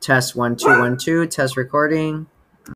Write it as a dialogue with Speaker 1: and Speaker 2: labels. Speaker 1: Test one two one two. Test recording.